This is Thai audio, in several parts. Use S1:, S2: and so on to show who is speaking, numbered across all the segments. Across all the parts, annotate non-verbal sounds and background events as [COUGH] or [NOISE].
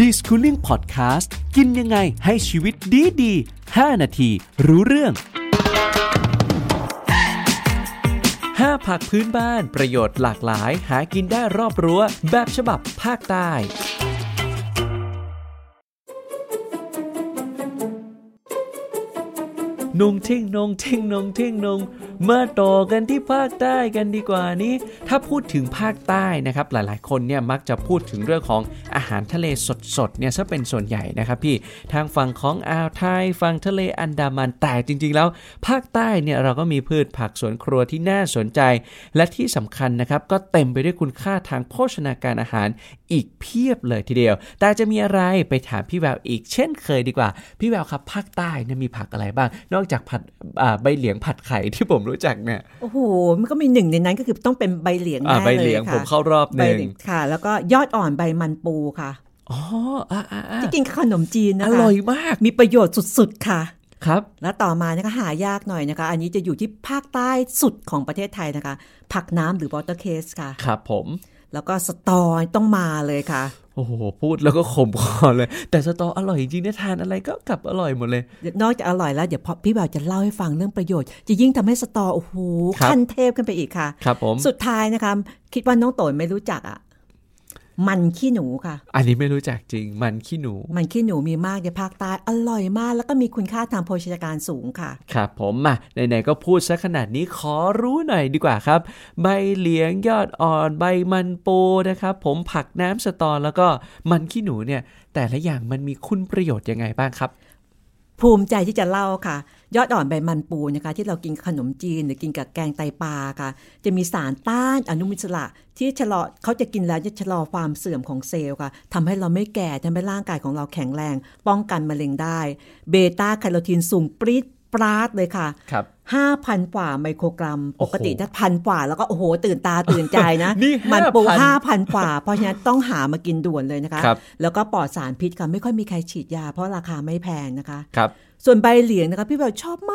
S1: d i s c o o l i n g Podcast กินยังไงให้ชีวิตดีดีๆ5นาที รู้เรื่อง 5 ผักพื้นบ้านประโยชน์หลากหลาย หากินได้รอบรั้ว แบบฉบับภาคใต้ นงเท่งนงเท่งนงเท่งนงมาต่อกันที่ภาคใต้กันดีกว่านี้ ถ้าพูดถึงภาคใต้นะครับ หลายๆ คนเนี่ยมักจะพูดถึงเรื่องของอาหารทะเลสดๆเนี่ยซะเป็นส่วนใหญ่นะครับพี่ทางฝั่งของอ่าวไทยฝั่งทะเลอันดามันแต่จริง ๆ แล้ว ภาคใต้เนี่ยเราก็มีพืชผักสวนครัวที่น่าสนใจ และที่สำคัญนะครับก็เต็มไปด้วยคุณค่าทางโภชนาการอาหารอีกเพียบเลยทีเดียว แต่จะมีอะไรไปถามพี่แววอีกเช่นเคยดีกว่า พี่แววครับภาคใต้เนี่ยมีผักอะไรบ้าง นอกจากผัดอ่าใบเหลียงผัดไข่ที่ผมรู้จักเนี่ย
S2: โอ้โห มันก็มีหนึ่งในนั้นก็คือต้องเป็นใบเหลียง
S1: อ่า
S2: แน่
S1: ใบเหลียง
S2: ค่ะ
S1: ผมเข้ารอบห
S2: ใบ
S1: นึ่ง
S2: เหลียงค่ะ แล้วก็ยอดอ่อนใบมันปูค่ะ
S1: อ๋ออ่าอ่าอ่า
S2: ที่กินกับขนมจีน
S1: อ
S2: นะคะ
S1: ร่อยมาก
S2: มีประโยชน์สุดๆค่ะ
S1: ครับ
S2: แล้วต่อมานะคะหายากหน่อยนะคะ อันนี้จะอยู่ที่ภาคใต้สุดของประเทศไทยนะคะ ผักน้ำหรือวอเตอร์เคสค่ะ
S1: ครับผม
S2: แล้วก็สตอต้องมาเลยค่ะ
S1: โอ้โหพูดแล้วก็ขมคอเลย แต่สตออร่อยจริงนะทานอะไรก็กลับอร่อยหมดเลย
S2: นอกจากอร่อยแล้วเดี๋ยวพอพี่บ่าวจะเล่าให้ฟังเรื่องประโยชน์ จะยิ่งทำให้สตอโอ้โห
S1: ครับ
S2: ขั้นเทพขึ้นไปอีกค่ะ
S1: ครับผม
S2: สุดท้ายนะคะ คิดว่าน้องโตนไม่รู้จักอ่ะมันขี้หนูค่ะ
S1: อันนี้ไม่รู้จักจริงมันขี้หนู
S2: มันขี้หนูมีมากในภาคใต้อร่อยมาก แล้วก็มีคุณค่าทางโภชนาการสูงค่ะ
S1: ครับผมมาไหนๆก็พูดซะขนาดนี้ขอรู้หน่อยดีกว่าครับ ใบเหลียงยอดอ่อนใบมันปูนะครับ ผมผักน้ำสตอแล้วก็มันขี้หนูเนี่ย แต่ละอย่างมันมีคุณประโยชน์ยังไงบ้างครับ
S2: ภูมิใจที่จะเล่าค่ะ ยอดอ่อนใบมันปูนะคะ ที่เรากินกับขนมจีนหรือกินกับแกงไตปลาค่ะ จะมีสารต้านอนุมูลอิสระ ที่ชะลอเขาจะกินแล้วจะชะลอความเสื่อมของเซลล์ค่ะทำให้เราไม่แก่ทำให้ร่างกายของเราแข็งแรง ป้องกันมะเร็งได้เบต้าแคโรทีนสูงปรี๊ดปราดเลยค่ะ
S1: ครับ
S2: 5,000 กว่าไมโครกรัม
S1: โอ้
S2: ป
S1: โห
S2: กติถ้าพันกว่าแล้วก็โอ้โห ตื่นตาตื่นใจนะ
S1: นี่
S2: มัปู
S1: 5,000
S2: 5,000 กว่า เพราะฉะนั้นต้องหามากินด่วนเลยนะคะ
S1: ครับ
S2: แล้วก็ปลอดสารพิษค่ะ ไม่ค่อยมีใครฉีดยา เพราะราคาไม่แพงนะคะ
S1: ครับ
S2: ส่วนใบเหลียงนะคะ พี่แบบชอบม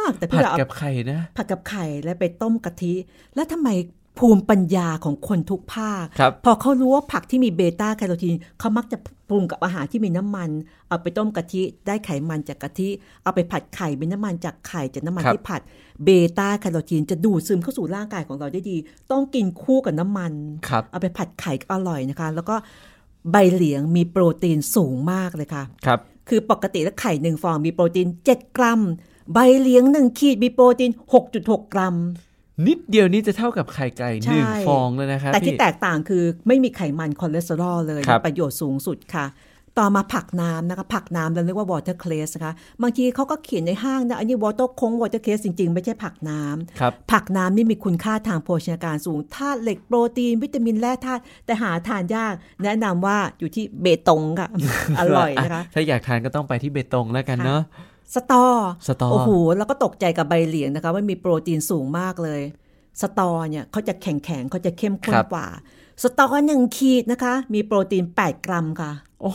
S2: าก แต่พี่
S1: ผัด
S2: แบบเอา
S1: กับไข่นะ
S2: ผัดกับไข่และไปต้มกะทิ แล้วทำไมภูมิปัญญาของคนทุกภาค
S1: ครับ
S2: พอเขารู้ว่าผักที่มีเบต้าแคโรทีนเขามักจะปรุงกับอาหารที่มีน้ำมัน เอาไปต้มกะทิได้ไขมันจากกะทิ เอาไปผัดไข่เป็นน้ำมันจากไข่จากน้ำมัน
S1: ครับ
S2: ที่ผัดเบต้าแคโรทีนจะดูดซึมเข้าสู่ร่างกายของเราได้ดี ต้องกินคู่กับน้ำมัน
S1: ครับ
S2: เอาไปผัดไข่ก็อร่อยนะคะ แล้วก็ใบเหลียงมีโปรตีนสูงมากเลยค่ะ
S1: ครับ
S2: คือปกติแล้วไข่หนึ่งฟองมีโปรตีน 7 กรัม ใบเหลียงหนึ่งขีดมีโปรตีน 6.6 กรัม
S1: นิดเดียวนี้จะเท่ากับไข่ไก่หนึ่ง
S2: ใช่
S1: ฟองแล้วนะครับ
S2: แต่ที่
S1: พี่
S2: แตกต่างคือไม่มีไขมันคอเลสเตอรอลเลย
S1: ครับ
S2: ประโยชน์สูงสุดค่ะ ต่อมาผักน้ำนะคะ ผักน้ำเราเรียกว่าวอเตอร์เคลสนะคะ บางทีเขาก็เขียนในห้างนะ อันนี้วอเตอร์คงวอเตอร์เคลสจริง ๆ ไม่ใช่ผักน้ำ
S1: ครับ
S2: ผักน้ำนี่มีคุณค่าทางโภชนาการสูงธาตุเหล็กโปรตีน วิตามินแร่ธาตุแต่หาทานยาก แนะนำว่าอยู่ที่เบตงค่ะ
S1: [LAUGHS]
S2: อร่อยนะคะ
S1: ถ้าอยากทานก็ต้องไปที่เบตงแล้วกันเนาะ
S2: สตอ
S1: สตอ
S2: โอ้โหแล้วก็ตกใจกับใบเหลียงนะคะว่ามีโปรตีนสูงมากเลย สตอเนี่ยเขาจะแข็งแข็งๆเขาจะเข้มข้นกว่า สตอหนึ่งขีดนะคะ มีโปรตีน 8 กรัมค่ะ
S1: โอ้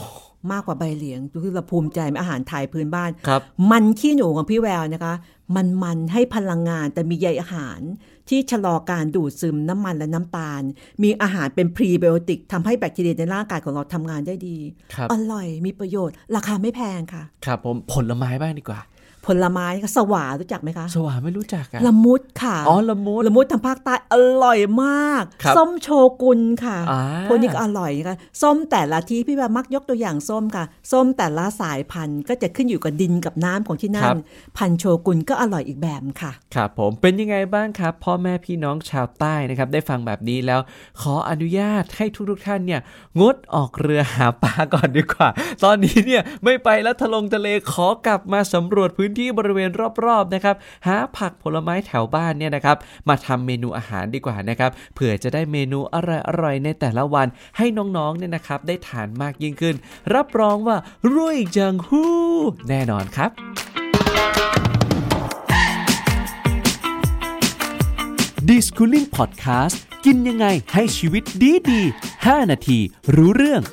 S2: มากกว่าใบเหลียงดูที่เราภูมิใจไหมอาหารไทยพื้นบ้าน
S1: ครับ
S2: มันขี้หนูของพี่แววนะคะ มันมันให้พลังงานแต่มีใยอาหาร ที่ชะลอการดูดซึมน้ำมันและน้ำตาล มีอาหารเป็นพรีไบโอติกทำให้แบคทีเรียในร่างกายของเราทำงานได้ดี
S1: ครับ
S2: อร่อยมีประโยชน์ ราคาไม่แพงค่ะ
S1: ครับผมผลไม้บ้างดีกว่า
S2: ผลไม้ค่ะสวารู้จักไหมคะ
S1: สว่าไม่รู้จักอะ
S2: ละมุดค่ะ
S1: อ๋อละมุด
S2: ละมุดทางภาคใต้อร่อยมาก
S1: ครับ
S2: ส้มโชกุนค่ะ
S1: อ่า
S2: พวกนี้ก็อร่อยค่ะส้มแต่ละที่พี่แบบมักยกตัวอย่างส้มค่ะ ส้มแต่ละสายพันธุ์ก็จะขึ้นอยู่กับดินกับน้ำของที่นั่น พันธุ์โชกุนก็อร่อยอีกแบบค่ะ
S1: ครับผมเป็นยังไงบ้างครับ พ่อแม่พี่น้องชาวใต้นะครับ ได้ฟังแบบนี้แล้ว ขออนุญาตให้ทุกๆท่านเนี่ย งดออกเรือหาปลาก่อนดีกว่า ตอนนี้เนี่ยไม่ไปแล้วทะลงทะเลขอกลับมาสำรวจพื้นที่บริเวณรอบๆนะครับ หาผักผลไม้แถวบ้านเนี่ยนะครับ มาทำเมนูอาหารดีกว่านะครับเผื่อจะได้เมนูอร่อยๆในแต่ละวัน ให้น้องๆเนี่ยนะครับ ได้ทานมากยิ่งขึ้น รับรองว่ารวยจังฮู้แน่นอนครับ ดิสคูลิ่งพอดแคสต์กินยังไงให้ชีวิตดีดี 5 นาที รู้เรื่อง